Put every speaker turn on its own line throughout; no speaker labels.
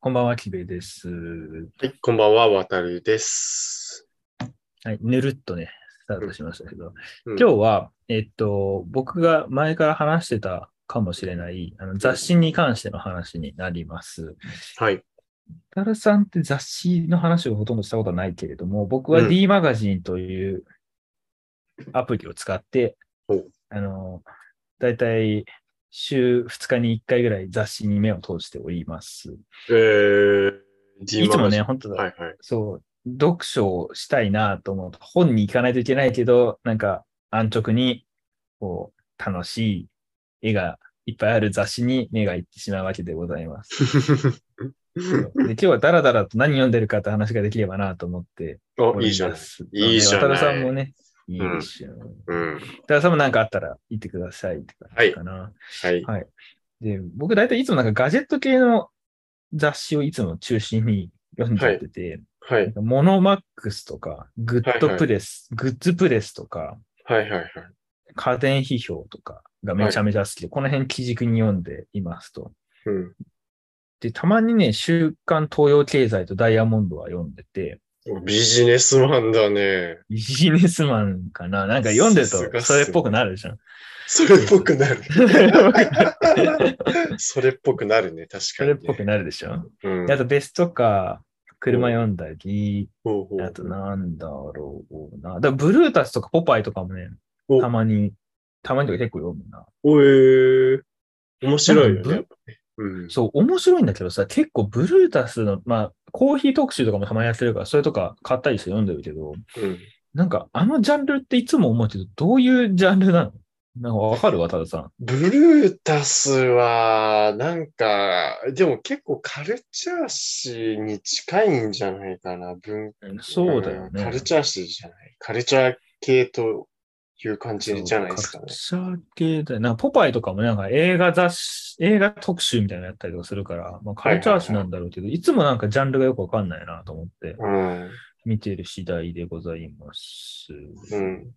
こんばんは、きべです。
はい、こんばんは、わたるです。
はい、ぬるっとね、スタートしましたけど、うん、今日は、えっと、僕が前から話してたかもしれないあの雑誌に関しての話になります。
はい。
たらさんって雑誌の話をほとんどしたことはないけれども、僕は D マガジンというアプリを使って、うん、あの、だいたい週2日に1回ぐらい雑誌に目を通しております。
えー、
いつもね、本当だ、
はい はい、
そう、読書をしたいなと思うと、本に行かないといけないけど、なんか安直に、こう、楽しい絵がいっぱいある雑誌に目がいってしまうわけでございます。で今日はダラダラと何読んでるかって話ができればなと思って。
お、いいじゃない。いいじゃない。
渡さんもね、いいですよ、ね。
うん。うん、
田さんも何かあったら言ってくださいって感じかな。。
はい。はい
で、僕大体いつもなんかガジェット系の雑誌をいつも中心に読んじゃってて、
はい。はい、
モノマックスとか、グッドプレス、はいはい、グッズプレスとか、
はいはいはい。
家電批評とかがめちゃめちゃ好きで、はい、この辺基軸に読んでいますと。
うん。
で、たまにね、週刊東洋経済とダイヤモンドは読んでて、
ビジネスマンだね。
ビジネスマンかななんか読んでるとそれっぽくなるじゃん。
それっぽくなる。 それっぽくなるね、確かに、
それ
ね、
っぽくなるでしょ。
うん、
あと、ベストか、車読んだり、あと、なんだろうな。だブルータスとかポパイとかもね、たまに、たまにとか結構読むな。
おえー、面白いよね。
うん、そう、面白いんだけどさ、結構ブルータスの、まあ、コーヒー特集とかもたまにやってるから、それとか買ったりして読んでるけど、
うん、
なんかあのジャンルっていつも思うけど、どういうジャンルなのなんかわかるわ、たださん。
ブルータスは、なんか、でも結構カルチャー誌に近いんじゃないかな、文
そうだよね。
カルチャー誌じゃない。カルチャー系という感じじゃないですかね。
カルチャー系だよ。なんかポパイとかもなんか映画雑誌、映画特集みたいなのやったりとかするから、まあ、カルチャー誌なんだろうけど、いつもなんかジャンルがよくわかんないなと思って、見てる次第でございます。
うん、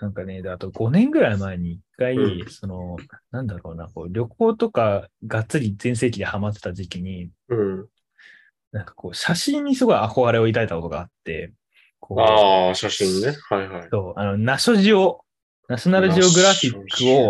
なんかね、あと5年ぐらい前に一回、うん、その、なんだろうな、こう旅行とかがっつり全盛期でハマってた時期に、
うん、
なんかこう写真にすごい憧れを抱いたことがあって、
ああ、写真ね。はいはい。
そう、あの、ナショジオ、ナショナルジオグラフィック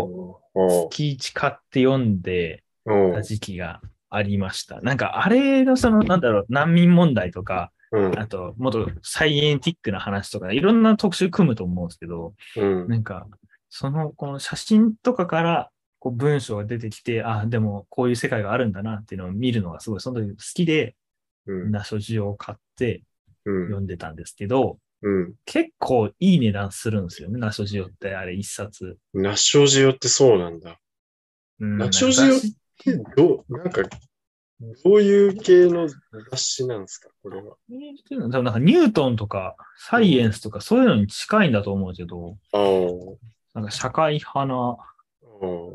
を月1買って読んでた時期がありました。なんか、あれのその、なんだろう、難民問題とか、
うん、
あと、もっとサイエンティックな話とか、いろんな特集組むと思うんですけ
ど、うん、
なんか、その、この写真とかから、こう文章が出てきて、あ、でもこういう世界があるんだなっていうのを見るのがすごい、その時好きで、
うん、
ナショジオを買って、読んでたんですけど、
うん、
結構いい値段するんですよね、ナショジオって、あれ一冊。
ナショジオってそうなん だ。
うん、
ナショジオってどう、なんか、どういう系の雑誌なんですか、これは。
多分なんかニュートンとかサイエンスとかそういうのに近いんだと思うけど、、
うん
なんか社会派な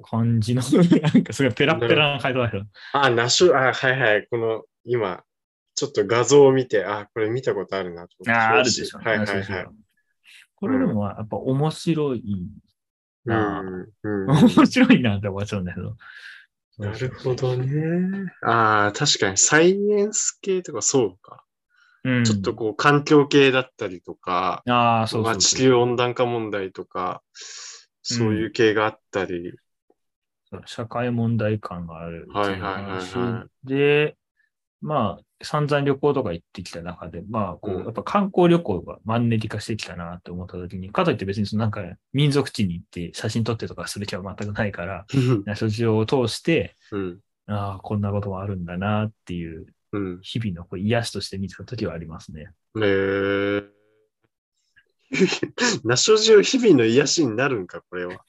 感じの、 なんかすごいペラペラな回答だけど。
あ、ナショ、あ、はいはい、この今、ちょっと画像を見て、あ、これ見たことあるなと
思って。あ、あるでしょ、
ね。はいはいはい。
これでもやっぱ面白い
な。うん、うん、
面白いなって思っちゃうんだけど。
なるほどね。ああ、確かにサイエンス系とかそうか。
うん、
ちょっとこう環境系だったりとか、
あそうそう
地球温暖化問題とか、そういう系があったり。
うん、社会問題感がある。。
はいはいはいはい
で、まあ、散々旅行とか行ってきた中で、まあ、こう、やっぱ観光旅行がマンネリ化してきたなって思った時に、かといって別にそのなんか民族地に行って写真撮ってとかする気は全くないから、ナショジオを通して、
うん、
ああ、こんなこともあるんだなっていう、日々のこう癒しとして見てた時はありますね。
へ、うん、えー。 ナショジオ日々の癒しになるんか、これは。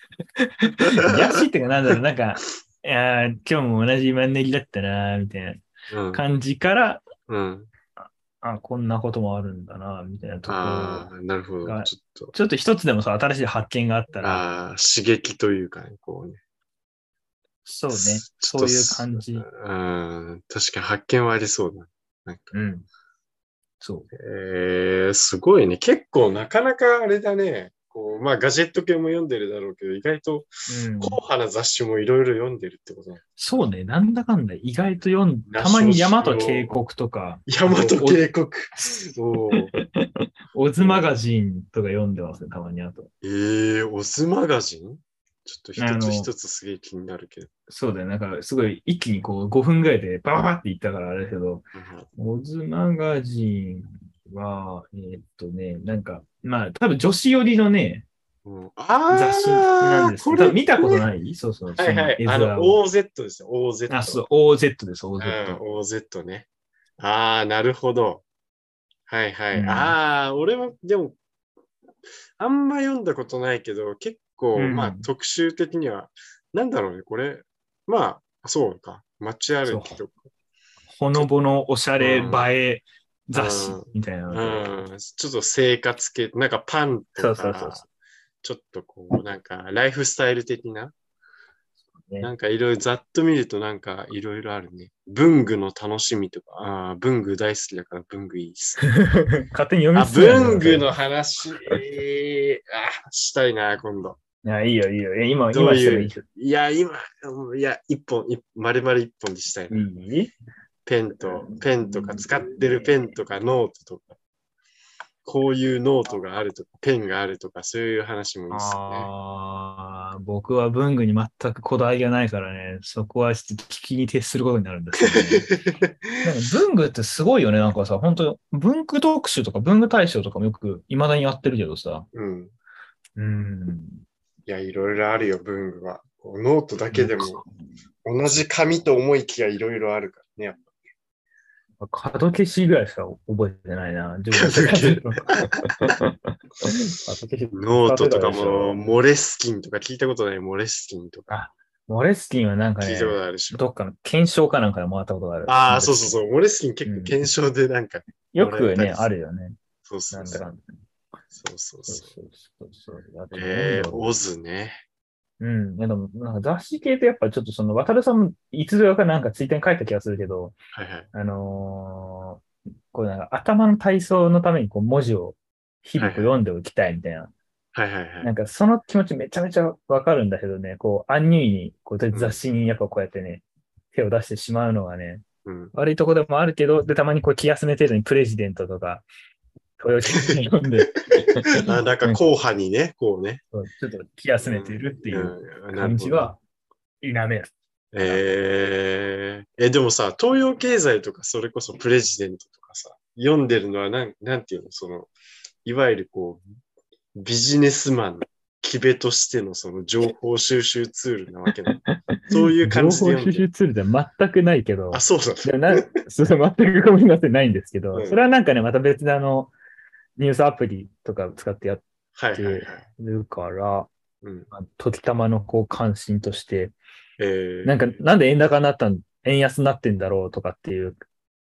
癒しってかなんだろう、なん か、いや今日も同じマンネリだったな、みたいな。うん、感じから、
うん、
あこんなこともあるんだな、みたいなところ
あなるほど。ちょっと。
ちょっと一つでもさ、新しい発見があったら。
あ刺激というかね、こうね。。
そうね。そういう感じ。うん
確かに発見はありそうだ。なんか。
うん。そう。
えー、すごいね。結構なかなかあれだね。こう、まあガジェット系も読んでるだろうけど、意外と
うん
硬派な雑誌もいろいろ読んでるってことなの
そうね、なんだかんだ意外と読ん
ラッ
た
シュ
まに大和渓谷とか、
大和渓谷。おー
オズマガジンとか読んでますね、たまにあと。
えー、オズマガジンちょっと一つ一つすげえ気になるけど。
そうだよ、なんかすごい一気にこう5分ぐらいでバババっていったからあれだけど、オズマガジンは、えーっとね、なんか、まあ多分女子寄りのね、
うんうんあー
雑誌なんですけ
こ
ど、多
れ
分見たこと
い。
ないそうそう、
はいは
そ
い。
の
あ
絵
の、
面を
OZ ですよ。OZ。
あ、そう、OZ です、
う
OZ。
ん、OZ ね。ああ、なるほど。はいはい。
うん
ああ、俺は、でも、あんま読んだことないけど、結構、
うん
まあ、特集的には、なんだろうね、これ。まあ、そうか。街歩きとか。
ほのぼのおしゃれ映
うん
え雑誌
うん
みたいなので。
うん、ちょっと生活系、なんかパンと
そ
か、
うそうそうそ
ちょっとこう、なんか、ライフスタイル的な、
ね
なんかいろいろざっと見るとなんかいろいろあるね。文具の楽しみとか、ああ、文具大好きだから文具いいっ すね。
勝手に読み
あ、
進める
文具の話、えーあしたいな、今度。
いや、いいよ、いいよ。え今、
ど
今
う
しても
い
いういけど
いや、今、うんいや、一本、一まるまる一本にしたいな。
いい
ペンと、ペンとか、使ってるペンとか、ノートとか。こういうノートがあるとか、ペンがあるとか、そういう話もいいっすね。
ああ、僕は文具に全くこだわりがないからね、そこはちょっと聞きに徹することになるんですけど、ね、 なんか文具ってすごいよね、なんかさ、本当文具特集とか文具大賞とかもよく未だにやってるけどさ、
うん。
うん。
いや、いろいろあるよ、文具は。こうノートだけでも、同じ紙と思いきやいろいろあるからねやっ
なんか角消しぐらいしか覚えてないな。 自
角消し
分角消し
ぱ。ノートとかも、モレスキンとか聞いたことない、モレスキンとか。
モレスキンはなんか
聞い
ね
た、ことあるでしょ。
どっかの検証かなんかでもらったことがある。
ああ、そうそうそう。モレスキン結構検証でなんか、
よく
もらえたり
ね、
する
あるよね。
そうそ
なん
う
だ
そ
か
う。
んだ。
そうそう
そ
そう
うそうそうそう。あとな
えー、
んだろう
オズね。
うん。でも、なんか雑誌系ってやっぱちょっとその、渡るさんもいつぞやかなんかツイッターに書いた気がするけど、
はいはい。
あのーこうなんか頭の体操のためにこう文字を日々こう読んでおきたいみたいな。
はいはいは。
ないんかその気持ちめちゃめちゃわかるんだけどね、こう、アンニュイにこう雑誌にやっぱこうやってね、手を出してしまうのはね、
うん、
悪いとこでもあるけど、で、たまにこう気休め程度にプレジデントと か、豊臣読んで、
あ なんか後半にね、こうね。
そうちょっと気休めてるっていう
うん
感じ。
なるほど
は否める。
えー、え、でもさ、東洋経済とか、それこそプレジデントとかさ、読んでるのはなん、なんていうの、その、いわゆるこう、ビジネスマンの木部としてのその情報収集ツールなわけな の。そういう感じで
情報
読ん
収
で
集
る。
ツールでは全くないけど
あ、、そうだ。
でもな そう全くごめんなさい、ないんですけ
う
ど、
ん
それはなんかね、また別であの、ニュースアプリとか使ってやっ
はいはいはい。
るから、
うん、
まあ時たまのこう関心として、
えー、
なんか、なんで円高になったん、円安になってんだろうとかっていう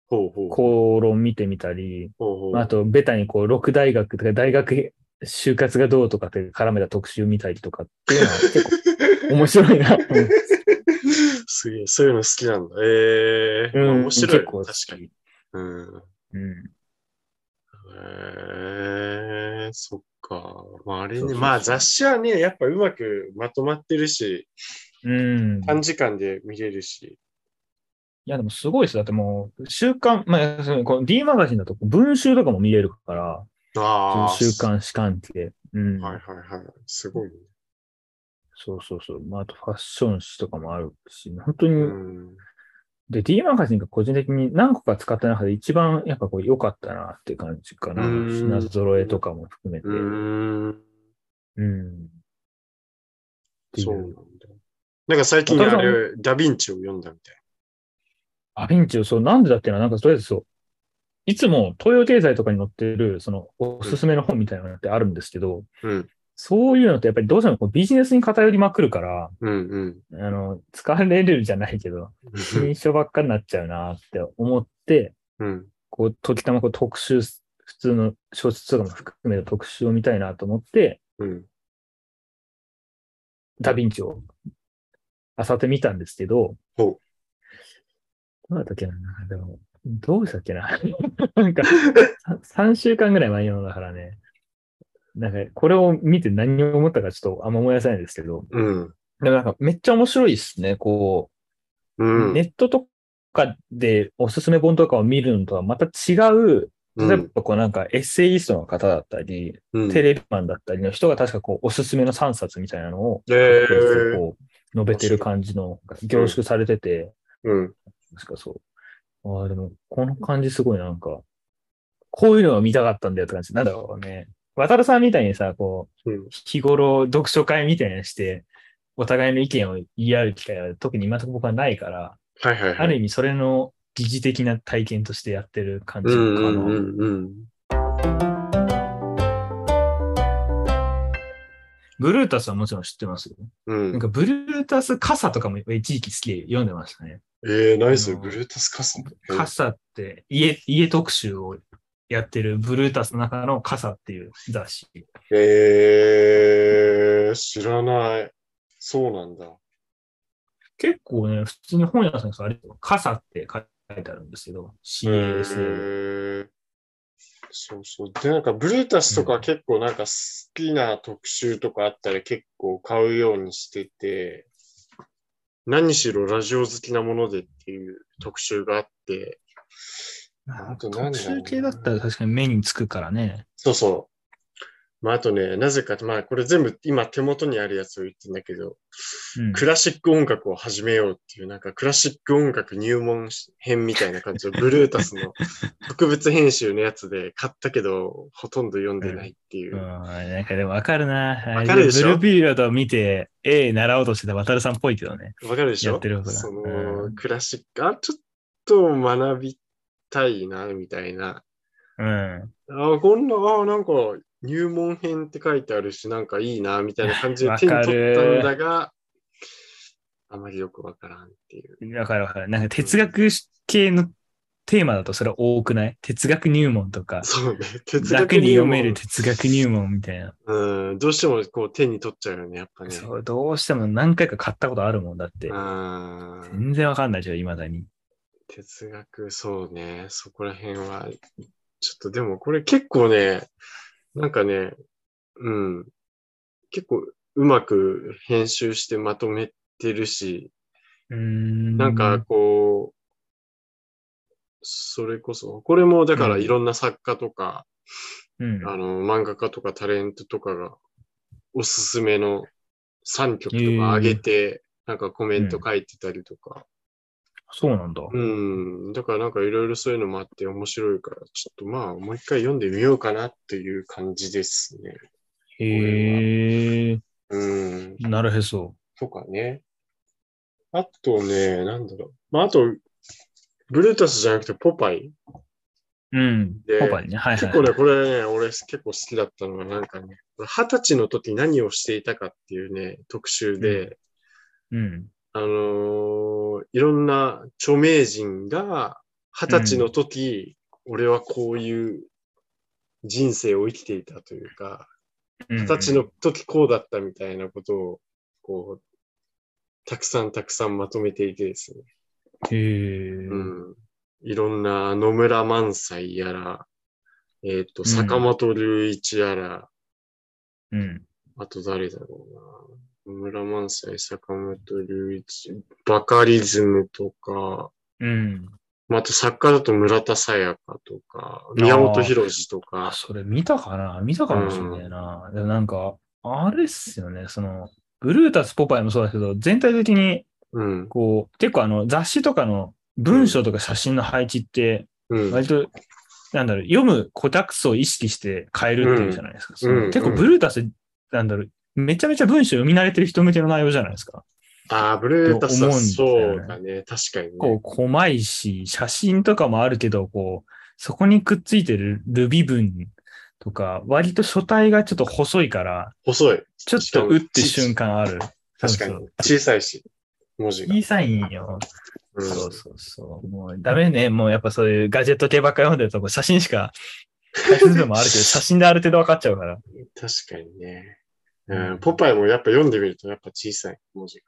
ほうほう。
口論見てみたり、
ほうほう
あと、ベタにこう、六大学とか大学就活がどうとかって絡めた特集見たりとかっていうのは結構面白いなと思って。
すげえ、そういうの好きなんだ。えー、 面白いね。
結構
確
好
か
き
に。うん。
うん。
へえ、そっか。まあ、あれ
そうそう
ね、
そう
まあ雑誌はね、やっぱうまくまとまってるし、
うん。
短時間で見れるし。
いや、でもすごいです。だってもう、週刊、まあ、そのこの D マガジンだと文集とかも見れるから、
ああ。
その週刊誌関係。うん。
はいはいはい。すごいね。
そうそうそう。まあ、あとファッション誌とかもあるし、本当に、
うん。
で、D マガジンが個人的に何個か使った中で一番やっぱこう良かったなって感じかな。
うーん
品揃えとかも含めて。
う
うん。
ーん。
ってい
そうなん
う
だ。なんか最近
渡
あ
辺さん
れ、ダヴィンチを読んだみたい
アビンチをそう、なんでだっていうのは、なんかとりあえずそう、いつも東洋経済とかに載ってる、そのおすすめの本みたいなのってあるんですけど、
な。うん。
そういうのってやっぱりどうしてもこうビジネスに偏りまくるから、
うんうん。
あの、疲れるじゃないけど、新書ばっかりになっちゃうなって思って、
うん。
こう、時たまこう特集、普通の小説とかも含めた特集を見たいなと思って、
うん。
ダヴィンチを漁ってみたんですけど、
ほう
どうだったっけなでも、 どうしたっけななんか、さ3週間ぐらい前のだからね、なんか、これを見て何を思ったかちょっとあんま思い出せないですけど、
うん。
でもなんかめっちゃ面白いですね。こ
う
う、
ん。
ネットとかでおすすめ本とかを見るのとはまた違う、
うん
例えばこうなんかエッセイストの方だったり、
うん
テレビマンだったりの人が確かこうおすすめの3冊みたいなのを、
へー
各ページでこう述べてる感じの凝縮されてて、
うん。
確かそう。ああ、でもこの感じすごいなんか、こういうのを見たかったんだよって感じ。なんだろうね。渡るさんみたいにさ、こう
うん、
日頃読書会みたいなのして、お互いの意見を言い合う機会は特に今のところ僕はないから、
はいはいはい。
ある意味それの疑似的な体験としてやってる感
う
じ
ん
の
う
かな。
んうんうん。
ブルータスはもちろん知ってますよ。
うん
なんかブルータス傘とかも一時期好きで読んでましたね。
えー、ナイス、
あの
ブルータスカス。
傘って家、家特集をやってるブルータスの中の傘っていう雑誌。
えー、知らない。そうなんだ。
結構ね、普通に本屋さんですあれ、傘って書いてあるんですけど、CASA。
えーそうそう。で、なんか、ブルータスとか結構なんか好きな特集とかあったら結構買うようにしてて、何しろラジオ好きなものでっていう特集があって、あとなんだろうな
特集系だったら確かに目につくからね。
そうそう。まあ、あとね、なぜか、まあ、これ全部今手元にあるやつを言ってんだけど、
うん、
クラシック音楽を始めようっていう、なんかクラシック音楽入門編みたいな 感じの、ブルータスの特別編集のやつで買ったけど、ほとんど読んでないっていうう。
ん、なんかでもわかるな。
わかるでしょ
あれブルーピーラードを見て、A 習おうとしてた渡るさんっぽいけどね。
わかるでしょ
やってるほら
その、
うん
クラシック、あ、ちょっと学びたいな、みたいな。
うん。
あ、こんな、あ、なんか入門編って書いてあるし、なんかいいな、みたいな感じで手に
わか
取
る
ったんだが、あまりよくわからんっていう。
わかるわかる。なんか哲学系のテーマだとそれ多くない哲学入門とか、
そうね。哲学
楽に
入
読
門
める哲学入門みたいな。
うん、どうしてもこう手に取っちゃうよね、やっぱね。
そう、どうしても何回か買ったことあるもんだって。
うん
全然わかんないじゃん、未だに。
哲学、そうね。そこら辺は。ちょっとでもこれ結構ね、なんかね、うん。結構うまく編集してまとめてるし、
うーん。
なんか、こう、それこそ、これもだからいろんな作家とか、
うん。
あの、漫画家とかタレントとかがおすすめの3曲とか上げて、なんかコメント書いてたりとか。
そうなんだ。
うん。だからなんかいろいろそういうのもあって面白いから、ちょっとまあもう一回読んでみようかなっていう感じですね。
へえ、
うん。
なるへそ。
とかね。あとね、なんだろう。まああと、ブルータスじゃなくてポパイ。
うん。
で
パパにね。はいはい。
結構 ね、これね、俺結構好きだったのは、なんかね、二十歳の時何をしていたかっていうね、特集で、
ううん。
あのーいろんな著名人が、二十歳の時、俺はこういう人生を生きていたというか、
うん
二十歳の。時こうだったみたいなことを、こう、たくさんたくさんまとめていてですね。
へえ。
うん。いろんな野村萬斎やら、えっ、と、
ん
坂本龍一やら、
うん。
あと誰だろうな。野村萬斎、坂本龍一、バカリズムとか、
うん。
まあ、あと作家だと村田沙耶香とか、宮本浩次と
あ、
か、
それ見たかな見たかもしれないな。でもなんか、あれっすよね。その、ブルータス・ポパイもそうだけど、全体的に、
うん、
こう、結構あの、雑誌とかの文章とか写真の配置って、
うん、
割と、なんだろう、読むコタクスを意識して変えるっていうじゃないですか。その
うん
結構ブルータス、なんだろう、めちゃめちゃ文章読み慣れてる人向けの内容じゃないですか。
ああ、ブルータスは
思うんだ
そ
よね
うだね、確かにね。
こう、細いし、写真とかもあるけど、こう、そこにくっついてるルビ文とか、割と書体がちょっと細いから、
細い。
ちょっと打って瞬間ある。
確かに
そうそう。
小さいし、文字が。
いいサインよ。
うん
そうそうそう。もうダメね。もうやっぱそういうガジェット系ばっかり読んでると、こう写真しか、解説でもあるけど、写真である程度分かっちゃうから。
確かにね。
うん
うん、ポパイもやっぱ読んでみるとやっぱ小さい文字が。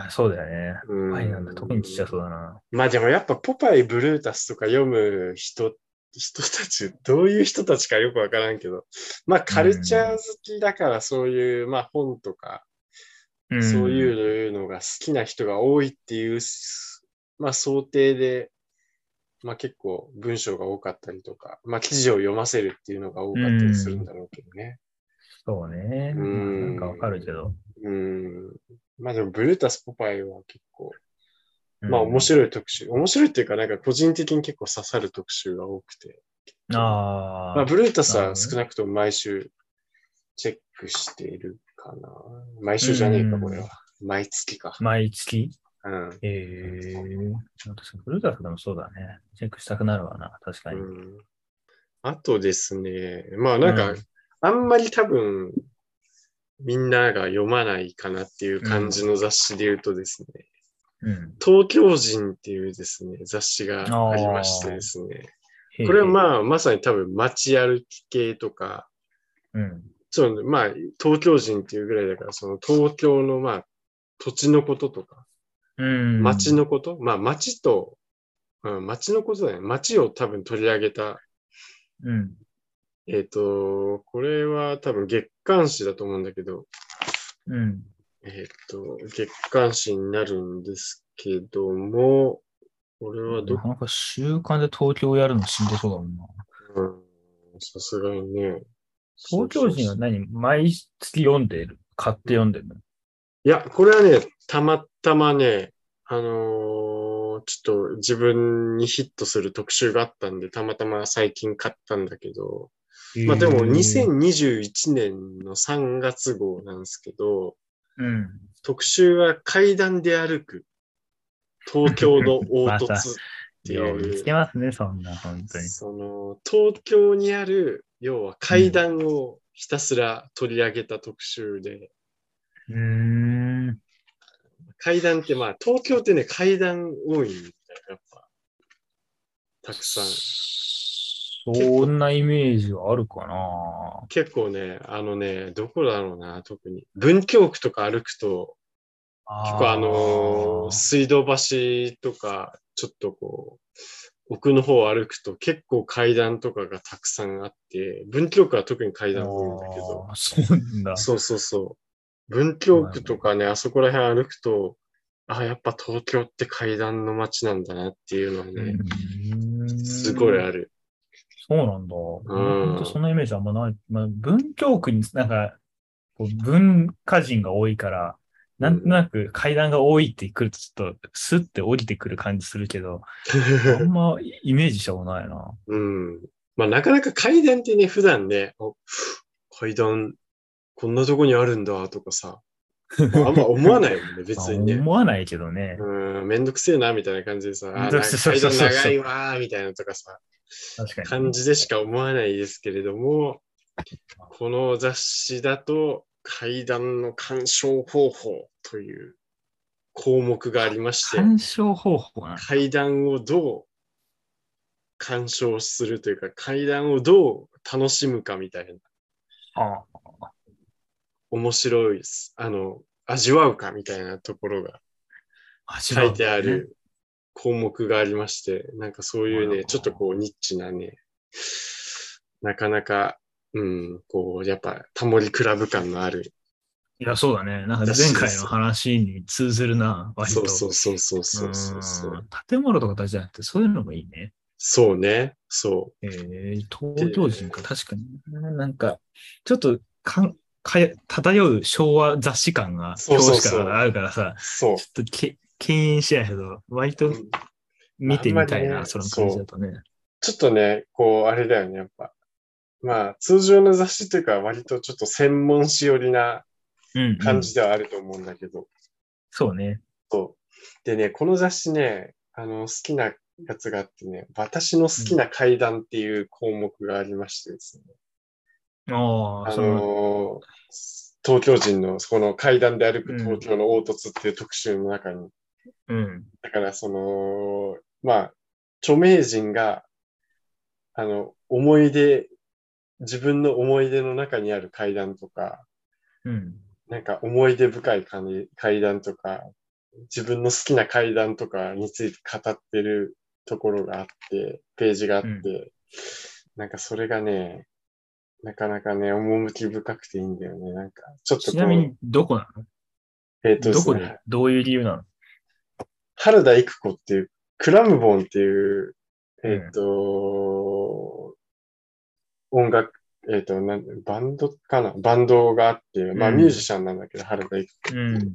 いや、そうだよね。
うん
愛なんだ。特にちっちゃそうだな。
まあでもやっぱポパイ、ブルータスとか読む人人たち、どういう人たちかよくわからんけど、まあカルチャー好きだからそういう、まあ本とか、
うん
そういうのが好きな人が多いっていう、まあ想定で、まあ結構文章が多かったりとか、まあ記事を読ませるっていうのが多かったりするんだろうけどね。
そうね。
う
まあ
ん
なんかわかるけど。
うん。まあでもブルータス・ポパイは結構、
うん
まあ面白い特集、面白いっていうかなんか個人的に結構刺さる特集が多くて。
あ
まあ、
あ。
ブルータ
な
ス
るほ
は
どね
少なくとも毎週チェックしているかな。毎週じゃねえか、
うん
これは。毎月か。
毎月
うん。
ええー。私、ブルータフでもそうだね。チェックしたくなるわな。確かに。
うんあとですね、まあなんか、
うん
あんまり多分、みんなが読まないかなっていう感じの雑誌で言うとですね、
うん。
東京人っていうですね、雑誌がありましてですね、これは
あ、
まあまさに多分街歩き系とか、
うん。
そう、まあ東京人っていうぐらいだから、その東京のまあ土地のこととか、
うん。
街のこと、まあ街と、うん、街のことだよね。街を多分取り上げた
うん。
えっ、と、これは多分月刊誌だと思うんだけど、
うん。
えっ、と、月刊誌になるんですけども、これはど
なか
こ
なか週刊で東京やるのしんどそうだもんな。
さすがにね。
東京人は
ね。
何毎月読んでる買って読んでるの
いや、これはね、たまたまね、あのーちょっと自分にヒットする特集があったんで、たまたま最近買ったんだけど、まあでも2021年の3月号なんですけど、
うん。
特集は階段で歩く東京の凹 凸って
よう見
い
つ
う、
けますね、そんな、本当に。
その東京にある要は階段をひたすら取り上げた特集で、
うーん。
階段ってまあ東京ってね階段多いんだよやっぱたくさん
そんなイメージはあるかな
結構ねあのねどこだろうな特に文京区とか歩くと結構あのー水道橋とか、ちょっとこう、奥の方を歩くと結構階段とかがたくさんあって、文京区は特に階段多いんだけど、
あーそうなんだ。
そうそうそう。文京区とかね、あそこら辺歩くと、あ、やっぱ東京って階段の街なんだなっていうのはね、すごいあ
る。
る。
そうなんだ。
ん
本当そのイメージあんまない。まあ、文京区になんか、こう文化人が多いから、なんとなく階段が多いってくると、ちょっとスッて降りてくる感じするけど、あんまイメージしたことないな。
うん。まあなかなか階段ってね、普段ね、お階段、こんなとこにあるんだとか さ、あんま思わないもんね、別にね。
思わないけどね。
うん、めんどくせえな、みたいな感じでさ、あ
めん
ー
ど
な
く
ん
せえ
か
そうそ
階
うそ
段
うそう
長いわー、みたいなとかさ、
確かに。
感じでしか思わないですけれども、この雑誌だと、階段の鑑賞方法という項目がありまして、
鑑賞方法なの
階段をどう鑑賞するというか、階段をどう楽しむかみたいな、
あ
面白いです、あの、味わうかみたいなところが
あ
書いてあ。
違うんだね
る項目がありまして、なんかそういう
あ
ね、
ー
ちょっとこうニッチなね、なかなか、うん、こう、やっぱタモリクラブ感のある、
いや、そうだね。なんか前回の話に通ずるな、割
そ
と。。
うそうそうそうそうそうそううん
建物とかだけじゃなくて、そういうのもいいね。
そうね、そ
えー、東京人か、確かに。なんか、ちょっとかんかや漂う昭和雑誌感が
そうそう
表紙
そう
からあるからさ
う、、そう。
ちょっとけ敬遠しないけど、割と見てみたいな、
あんまりね
その感じだとね。
ちょっとね、こう、あれだよね、やっぱ。まあ、通常の雑誌というか、割とちょっと専門誌寄りな
うん、うん
感じではあると思うんだけど、
そうね。
そう。でね、この雑誌ね、あの、好きなやつがあってね、私の好きな階段っていう項目がありましてですね。
ああ、
あ
その、
のー東京人のそこの階段で歩く東京の凹凸っていう特集の中に、
うん。
だからその、まあ、著名人が、あの、思い出、自分の思い出の中にある階段とか、
うん。
なんか思い出深い感じ階段とか、自分の好きな階段とかについて語ってるところがあって、ページがあって、
うん
なんかそれがね、なかなかね、趣深くていいんだよね。なんか、ちょっと
ち
こ
なみ
う、
に、どこなの
えっとで
ど
す
こ
ね
で、どういう理由なの
原田育子っていう、クラムボンっていう、えっ、と、音楽、えっ、となん、バンドかなバンドがあって、まあ
うん
ミュージシャンなんだけど、原田育子。
うん。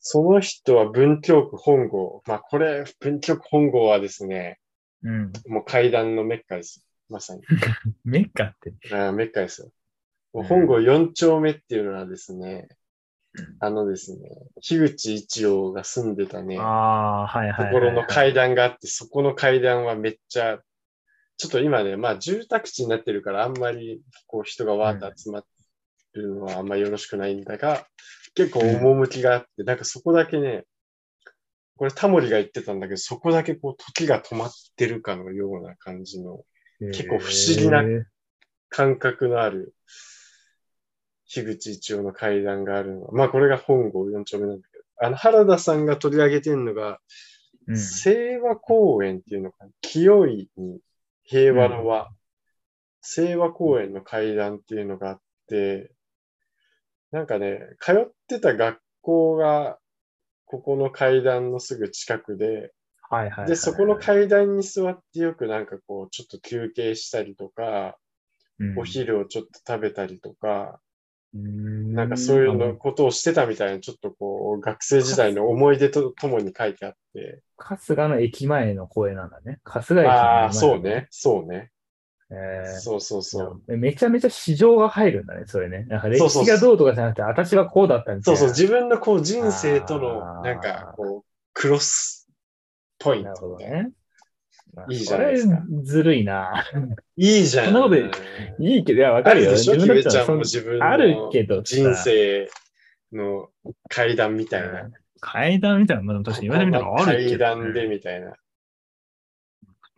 その人は文京区本郷。まあこれ、文京区本郷はですね、
うん。
もう階段のメッカです。まさに。
メッカって。
あーメッカですよ。もう
うん
本郷4丁目っていうのはですね、あのですね、樋口一葉が住んでたね、
ああ、はい
と
はいはい、はい。
ころの階段があって、そこの階段はめっちゃ、ちょっと今ね、まあ住宅地になってるから、あんまりこう人がわーっと集まってるのはあんまりよろしくないんだが、結構趣があって、なんかそこだけね、これタモリが言ってたんだけど、そこだけこう時が止まってるかのような感じの結構不思議な
へー
感覚のある、樋口一葉の階段があるのは、まあこれが本郷4丁目なんだけど、あの原田さんが取り上げてるのが、
うん。
清和公園っていうのかな清いに平和の和、清和公園の階段っていうのがあって、なんかね、通ってた学校が、ここの階段のすぐ近くで、
はいはいはい、はい。
で、そこの階段に座ってよくなんかこう、ちょっと休憩したりとか、
うん、
お昼をちょっと食べたりとか、
うん、
なんかそういうのことをしてたみたいな、ちょっとこう、学生時代の思い出とともに書いてあって、
春日の駅前の公園なんだね。春日駅の前
ああ、そう。ね、そうね。
え
そうそう
ー
そう。
めちゃめちゃ市場が入るんだね、それね。なんか
そ
歴
うそう
史がどうとかじゃなくて、私はこうだったみた
そ
いうな。
そう、自分のこう人生と
あ
の、
ー
なんかこう、クロスポイン
なるほ
ト
ど
みたいな。
ね。
いいじゃないですか
まあそれずるいな。
いいじゃん。
そんなこと言ういいけど、いや、わ
あ
かる
る
よ。
でしょ、
自
ゆ
分だ
め
った
ちゃ
ら
ん
そ
も
ん
自分
ある
の
けどさ
人生の階段みたいな。
階段みたいな、まあ、でも確かに言われてみたらあるけ
階
ど、
段でみたいな。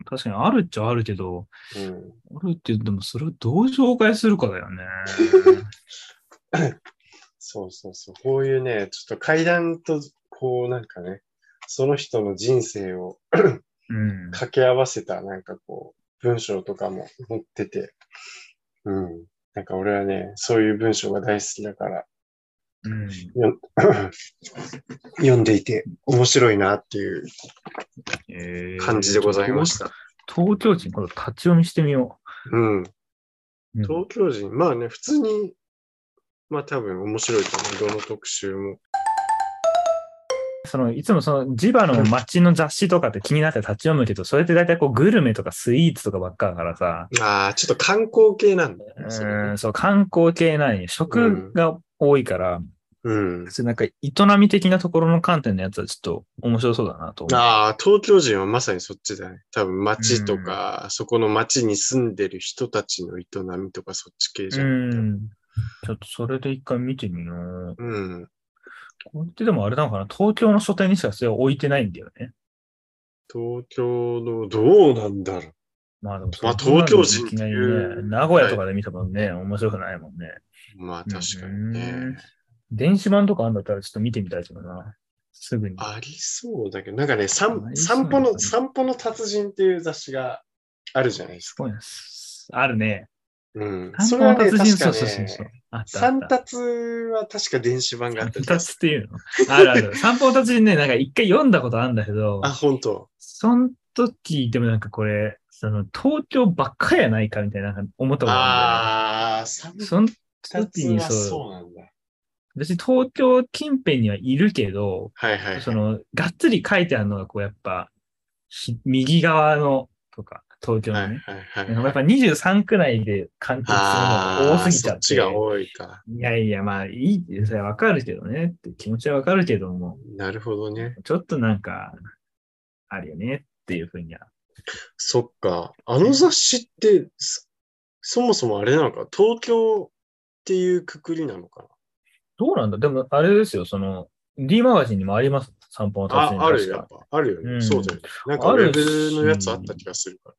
確かにあるっちゃあるけど、
うん。
あるって言っても、それをどう紹介するかだ よね。
そうそうそう。こういうね、ちょっと階段と、こうなんかね、その人の人生を
うん。
掛け合わせた、なんかこう、文章とかも持ってて、うん。なんか俺はね、そういう文章が大好きだから、
うん、
読んでいて面白いなっていう
えー
感じでございまし。た。
東京人、今度立ち読みしてみよ
うん。
う。うん
東京人、まあね、普通に、まあ多分面白いと思う。どの特集も。
そのいつもその地場の街の雑誌とかって気になって立ち読むけど、それって大体こうグルメとかスイーツとかばっかだからさ、
ああ、ちょっと観光系なんだね
う
それね
ん、そう観光系なんよ食が多いから、
うん。
そうなんか営み的なところの観点のやつはちょっと面白そうだなと思う。
ああ、東京人はまさにそっちだね。多分街とか、そこの街に住んでる人たちの営みとかそっち系じ
う
ゃん。
ん。ちょっとそれで一回見てみよう。
うん。
これってでもあれなのかな東京の書店にしかそれは置いてないんだよね。
東京の、どうなんだろう。
まあでもそ
ま
れ、
あ東京人
いきなり
っていう
ね、名古屋とかで見たもんね、面白くないもんね。
まあ確
う
かに
ん
ね。
電子版とかあるんだったらちょっと見てみたいけどな。すぐに。
ありそうだけど、なんかね、散
ありそう
散
な
歩
んだ
の、
ね
散歩の達人っていう雑誌があるじゃないです
す
か。
ごいなすあるね。
うん。そ
散
れ
歩
は
の達
ね、確
人、
か
そうそうそうそう
ね、。
あったあ
三
った。
達は確か電子版があったり
二つっていうの。あるあ る。散歩の達人ね、なんか一回読んだことあるんだけど
あ、、本当。
その時、でもなんかこれ、その東京ばっかやないかみたいななんか思ったことあ
ああ、三
るんだよね。その
達
時に
は
そう、
そうなんだ。
別に東京近辺にはいるけど、
はいはい。
その、がっつり書いてあるのが、こう、やっぱ、ひ右側のとか、東京
は
の
い
ね。
はい
や
は
っ
い。
ぱ23区内で完結するのが多
ああ、
すぎちゃっ。
そってちが多いか。
いやいや、まあ、いいって、それはわかるけどねって気持ちはわかるけども、
なるほどね。
ちょっとなんか、あるよねっていうふうには。
そっか。あの雑誌って、そそもそもあれなのか、東京っていうくくりなのか
どうなんだでも、あれですよ、その、D マガジンにもあります。散歩の
な。あ
達人、
ある
確
よ、や
か
っぱ。あるよね。
うん
そうだよね。なんか、
あ
ウ
る
ェブのやつあった気がするか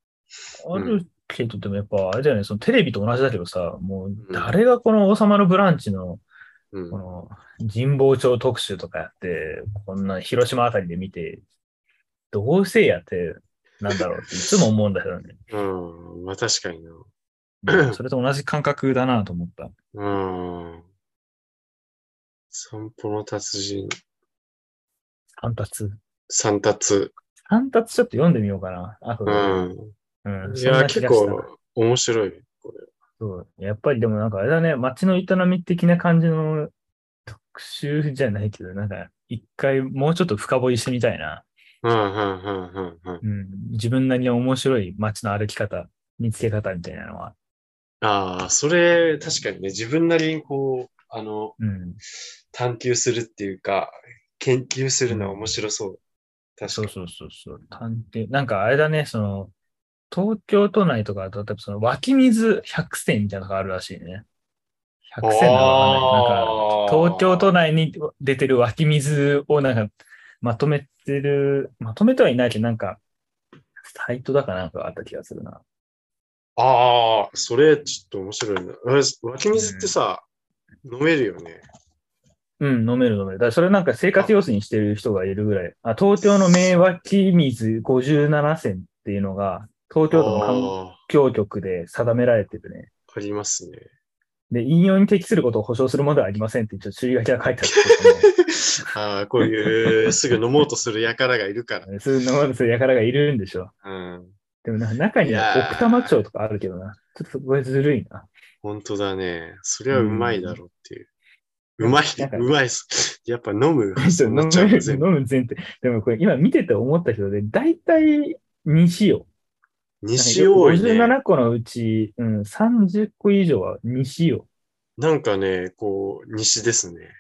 ら。
あるけど、でもやっぱ、あれだよね、そのテレビと同じだけどさ、も
ん
う、誰がこの王様のブランチの、
うん
こ。の神保町特集とかやって、こんな広島あたりで見て、どうせやって、なんだろうっていつも思うんだけどね。
うん。まあ確かにな。
うんそれと同じ感覚だなと思った。
うん。散歩の達人、
三達。
散達。
三達ちょっと読んでみようかな。あと
う
で、
ん。
うん
い
そん
や、
な気
結
がした
構面白い。これ
そう。やっぱりでもなんかあれだね、街の営み的な感じの特集じゃないけど、なんか一回もうちょっと深掘りしてみたいな。
うん、うん、うん、うん、うん。
うん、自分なりの面白い街の歩き方、見つけ方みたいなのは。
ああ、それ、確かにね、自分なりにこう、あの、
うん。
探求するっていうか、研究するのは面白そう。
そ
確
う
か
そうそうそう。探偵。なんかあれだね、その、東京都内とかだと、例えばその湧き水100選みたいなのがあるらしいね。100選なのかななんか、
あー
東京都内に出てる湧き水をなんかまとめてる、まとめてはいないけど、なんか、サイトだかなんかあった気がするな。
ああ、それ、ちょっと面白いな。あれ湧き水ってさ、飲めるよね。
うん、飲める飲める。だからそれなんか生活用水にしてる人がいるぐらい。あ、東京の名湧き水57選っていうのが、東京都の環
あ
境局で定められてるね。
あ、ありますね。
で、引用に適することを保証するものではありませんって一応注意書きが書いてあるけ
ああ、こういう、すぐ飲もうとする輩がい るから
ども、 そういうのもそういう輩がいるんでしょ。。
うん。
でもな中に
いやー
は奥多摩町とかあるけどな。ちょっとそこれずるいな。
本当だね。そりゃうまいだろうっていう。うまい
なん、か
うまいっす。やっぱ 飲 む発想
飲
に
む
なっちゃう。全
飲
部
む前提。でもこれ今見てて思ったけどね、大体西よ。
西多いね。
57個のうち、うん、30個以上は西よ。
なんかね、こう、西ですね。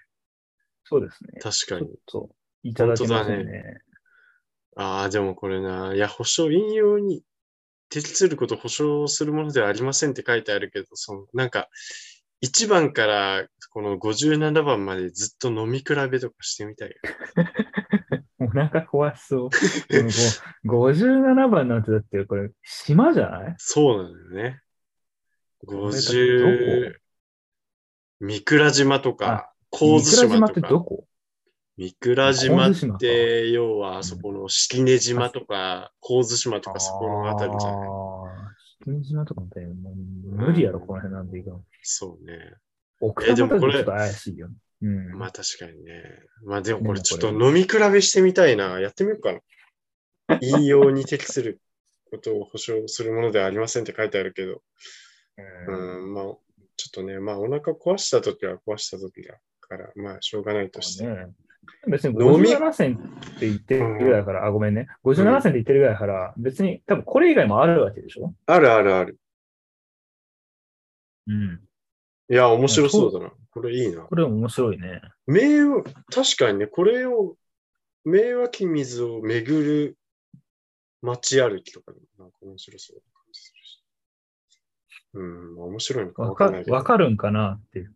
そうですね。
確か
ちょ
に
っ。といただけませんね。
ああ、でもこれな。いや、保証、引用に適することを保証するものではありませんって書いてあるけど、その、なんか、1番からこの57番までずっと飲み比べとかしてみたいよ。
お腹壊しそう。でもこう57番なんてだってこれ島じゃない
そうなのよね。
れだって
50
どこ、
三倉島とか、神津
三
島
倉島って
と
ど
か。
こ
三倉島
神
っ
津島か
て、要は、そこの式根島とか、神津島とか、そこのあたりじゃない。
あー式根島とかみたいな。もう無理やろ、この辺なんていいか。
そうね。
奥
え
多
でも
摩
こと
か
れ
ちょっと怪しいよ。うん。
まあ確かにね。まあで
でも
もこ
こ
れ
れ
ちょっと飲み比べしてみたいな。やってみようかな。引用に適することを保証するものではありませんって書いてあるけど。うん、まあちょっとね、まあお腹壊した時は壊した時だから、まあしょうがないとして。
ね、別に
飲み
57選って言ってるぐらいだから、あ、ごめんね。57選って言ってるぐらいだから、別に多分これ以外もあるわけでしょ
あるあるある。
うん。
いや、面白そうだな。これいいな。
これ面白いね。
名を、確かにね、これを、名脇水を巡る街歩きとかでもなんか面白そうな感じするし。うん、まあ面白いのか
わ
わ
か
かんないけど。
わかるんかなっていう。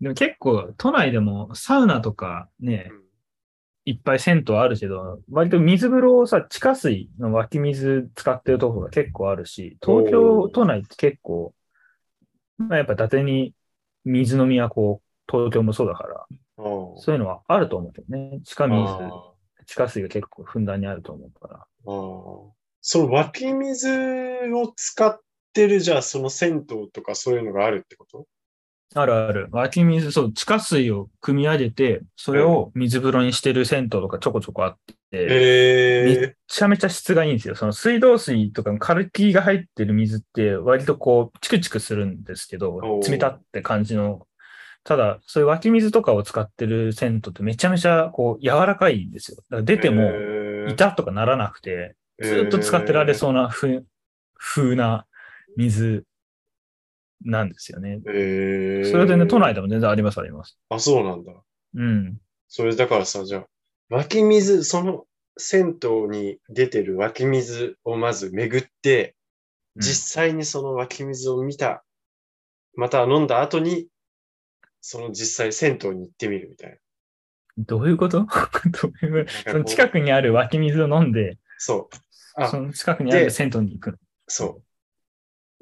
でも結構、都内でもサウナとかね
う、ん
いっぱい銭湯あるけど、割と水風呂をさ、地下水の湧き水使ってるところが結構あるし、東
お
京
ー
都内って結構、まあやっぱ伊達に水の都、東京もそうだから、
ああ
そういうのはあると思うけどね。地下水、
あ
地下水が結構ふんだんにあると思うから。
あああその湧き水を使ってる、じゃあその銭湯とかそういうのがあるってこと
あるある。湧き水、そう、地下水を汲み上げて、それを水風呂にしてる銭湯とかちょこちょこあって、め
え
っちゃめちゃ質がいいんですよ。その水道水とかのカルキが入ってる水って、割とこう、チクチクするんですけど
お、ー
冷たって感じの。ただ、そういう湧き水とかを使ってる銭湯ってめちゃめちゃこう、柔らかいんですよ。だから出
ー、
ても、
え
痛とかならなくて、ずっと使ってられそうなふ、風な水なんですよね。
う。えー
それでね、都。内でも全然あります、あります。
あ、そうなんだ。
うん。
それだからさ、じゃあ、湧き水、その銭湯に出てる湧き水をまず巡って、実際にその湧き水を見た、または飲んだ後に、その実際銭湯に行ってみるみたいな。
どういうこと どういうことそ
なんかこ
の
う
近くにある湧き水を飲んで、
そう。あ
その近くにあ
で
る銭湯に行くの。
そ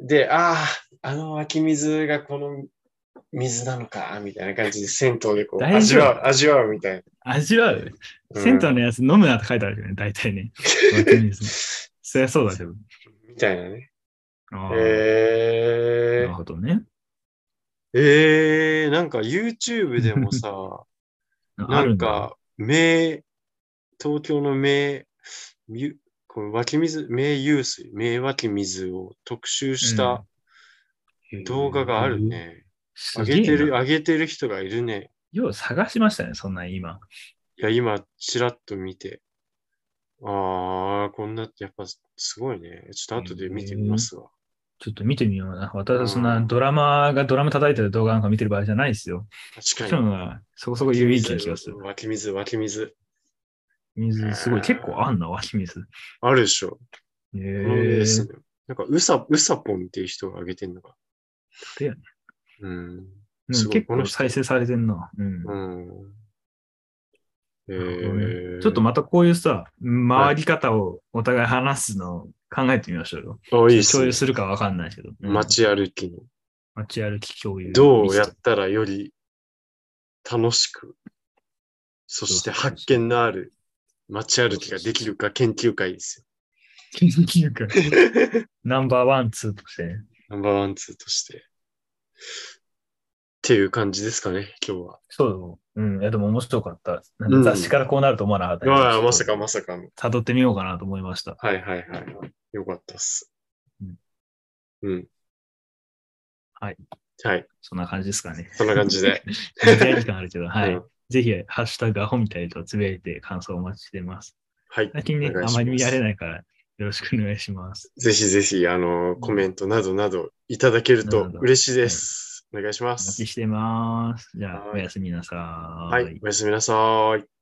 う。で、ああ、あの湧き水がこの水なのか、みたいな感じで銭湯でこう、
大
味
丈夫
わう、味わうみたいな。
味わう
うん
銭湯のやつ飲むなって書いてあるけどね、大体 ね。脇にそそりゃそうだけど。
みたいなね。
あーな
え
るほどね。
ー、えー、なんか YouTube でもさ、な
ある
ん
んだ。
か、名、東京の名、ゆこの湧き水、名湧水、名湧き水を特集した動画がある
へー。
ね。
す
上
げえ
げてる、
な。
上げてる人がいるね。
よう探しましたね、そんなん今。
いや、今、ちらっと見て。ああ、こんな、やっぱ、すごいね。ちょっと後で見てみますわ。
ちょっと見てみような。私はそんなドラマがドラム叩いてる動画なんか見てる場合じゃないですよ。
確
そ
か
うい
に。
うのがそこそこ有意義な気がする。
湧き水、湧き水。
水、すごい、結構あんな、湧き水。
あるでしょ。
へ
こ
え
の絵ですね。なんか、うさ、うさぽんっていう人が上げてんのか。
だよね
うん。
うん
すごい
結
この
構
人
再生されてんな。うん
うん。え
なるほど
ー、
ねちょっと
ま
またこういうさ、回り方をお互い話すのを考えてみましょうよ。
あ、いいっす
共
ね
有するかわかんないけど。うん
街歩きの。
街歩き共有。
どう やったらより楽しく、そして発見のある街歩きができるか研究会です
研究 会。
よ。
ナンバーワン、ツーとして。
ナンバーワンツーとして。っていう感じですかね、今日は。
そう。うん。いや、でも面白かった。なんか雑誌からこうなると思わなかった
い
ね、
やまさかまさかの。
辿ってみようかなと思いました。
はいはいはい。よかったっす。
うん
うん。
はい。
はい。
そんな感じですかね。
そんな感 じで。
無理やり感あるけど、は
う
い
ん。
ぜひ、ハッシュタグアホみたいとつぶやいて感想をお待ちしてます。
はい。
最近ね
お、願い
あ
します
まり見られないから、よろしくお願いします。
ぜひぜひ、あの、コメントなどなどいただける
な
と
るほど
嬉しいです。お願いしま
お待
す
ち。してます。じゃあ
は、い
おやすみなさー
はい、おやすみなさーい。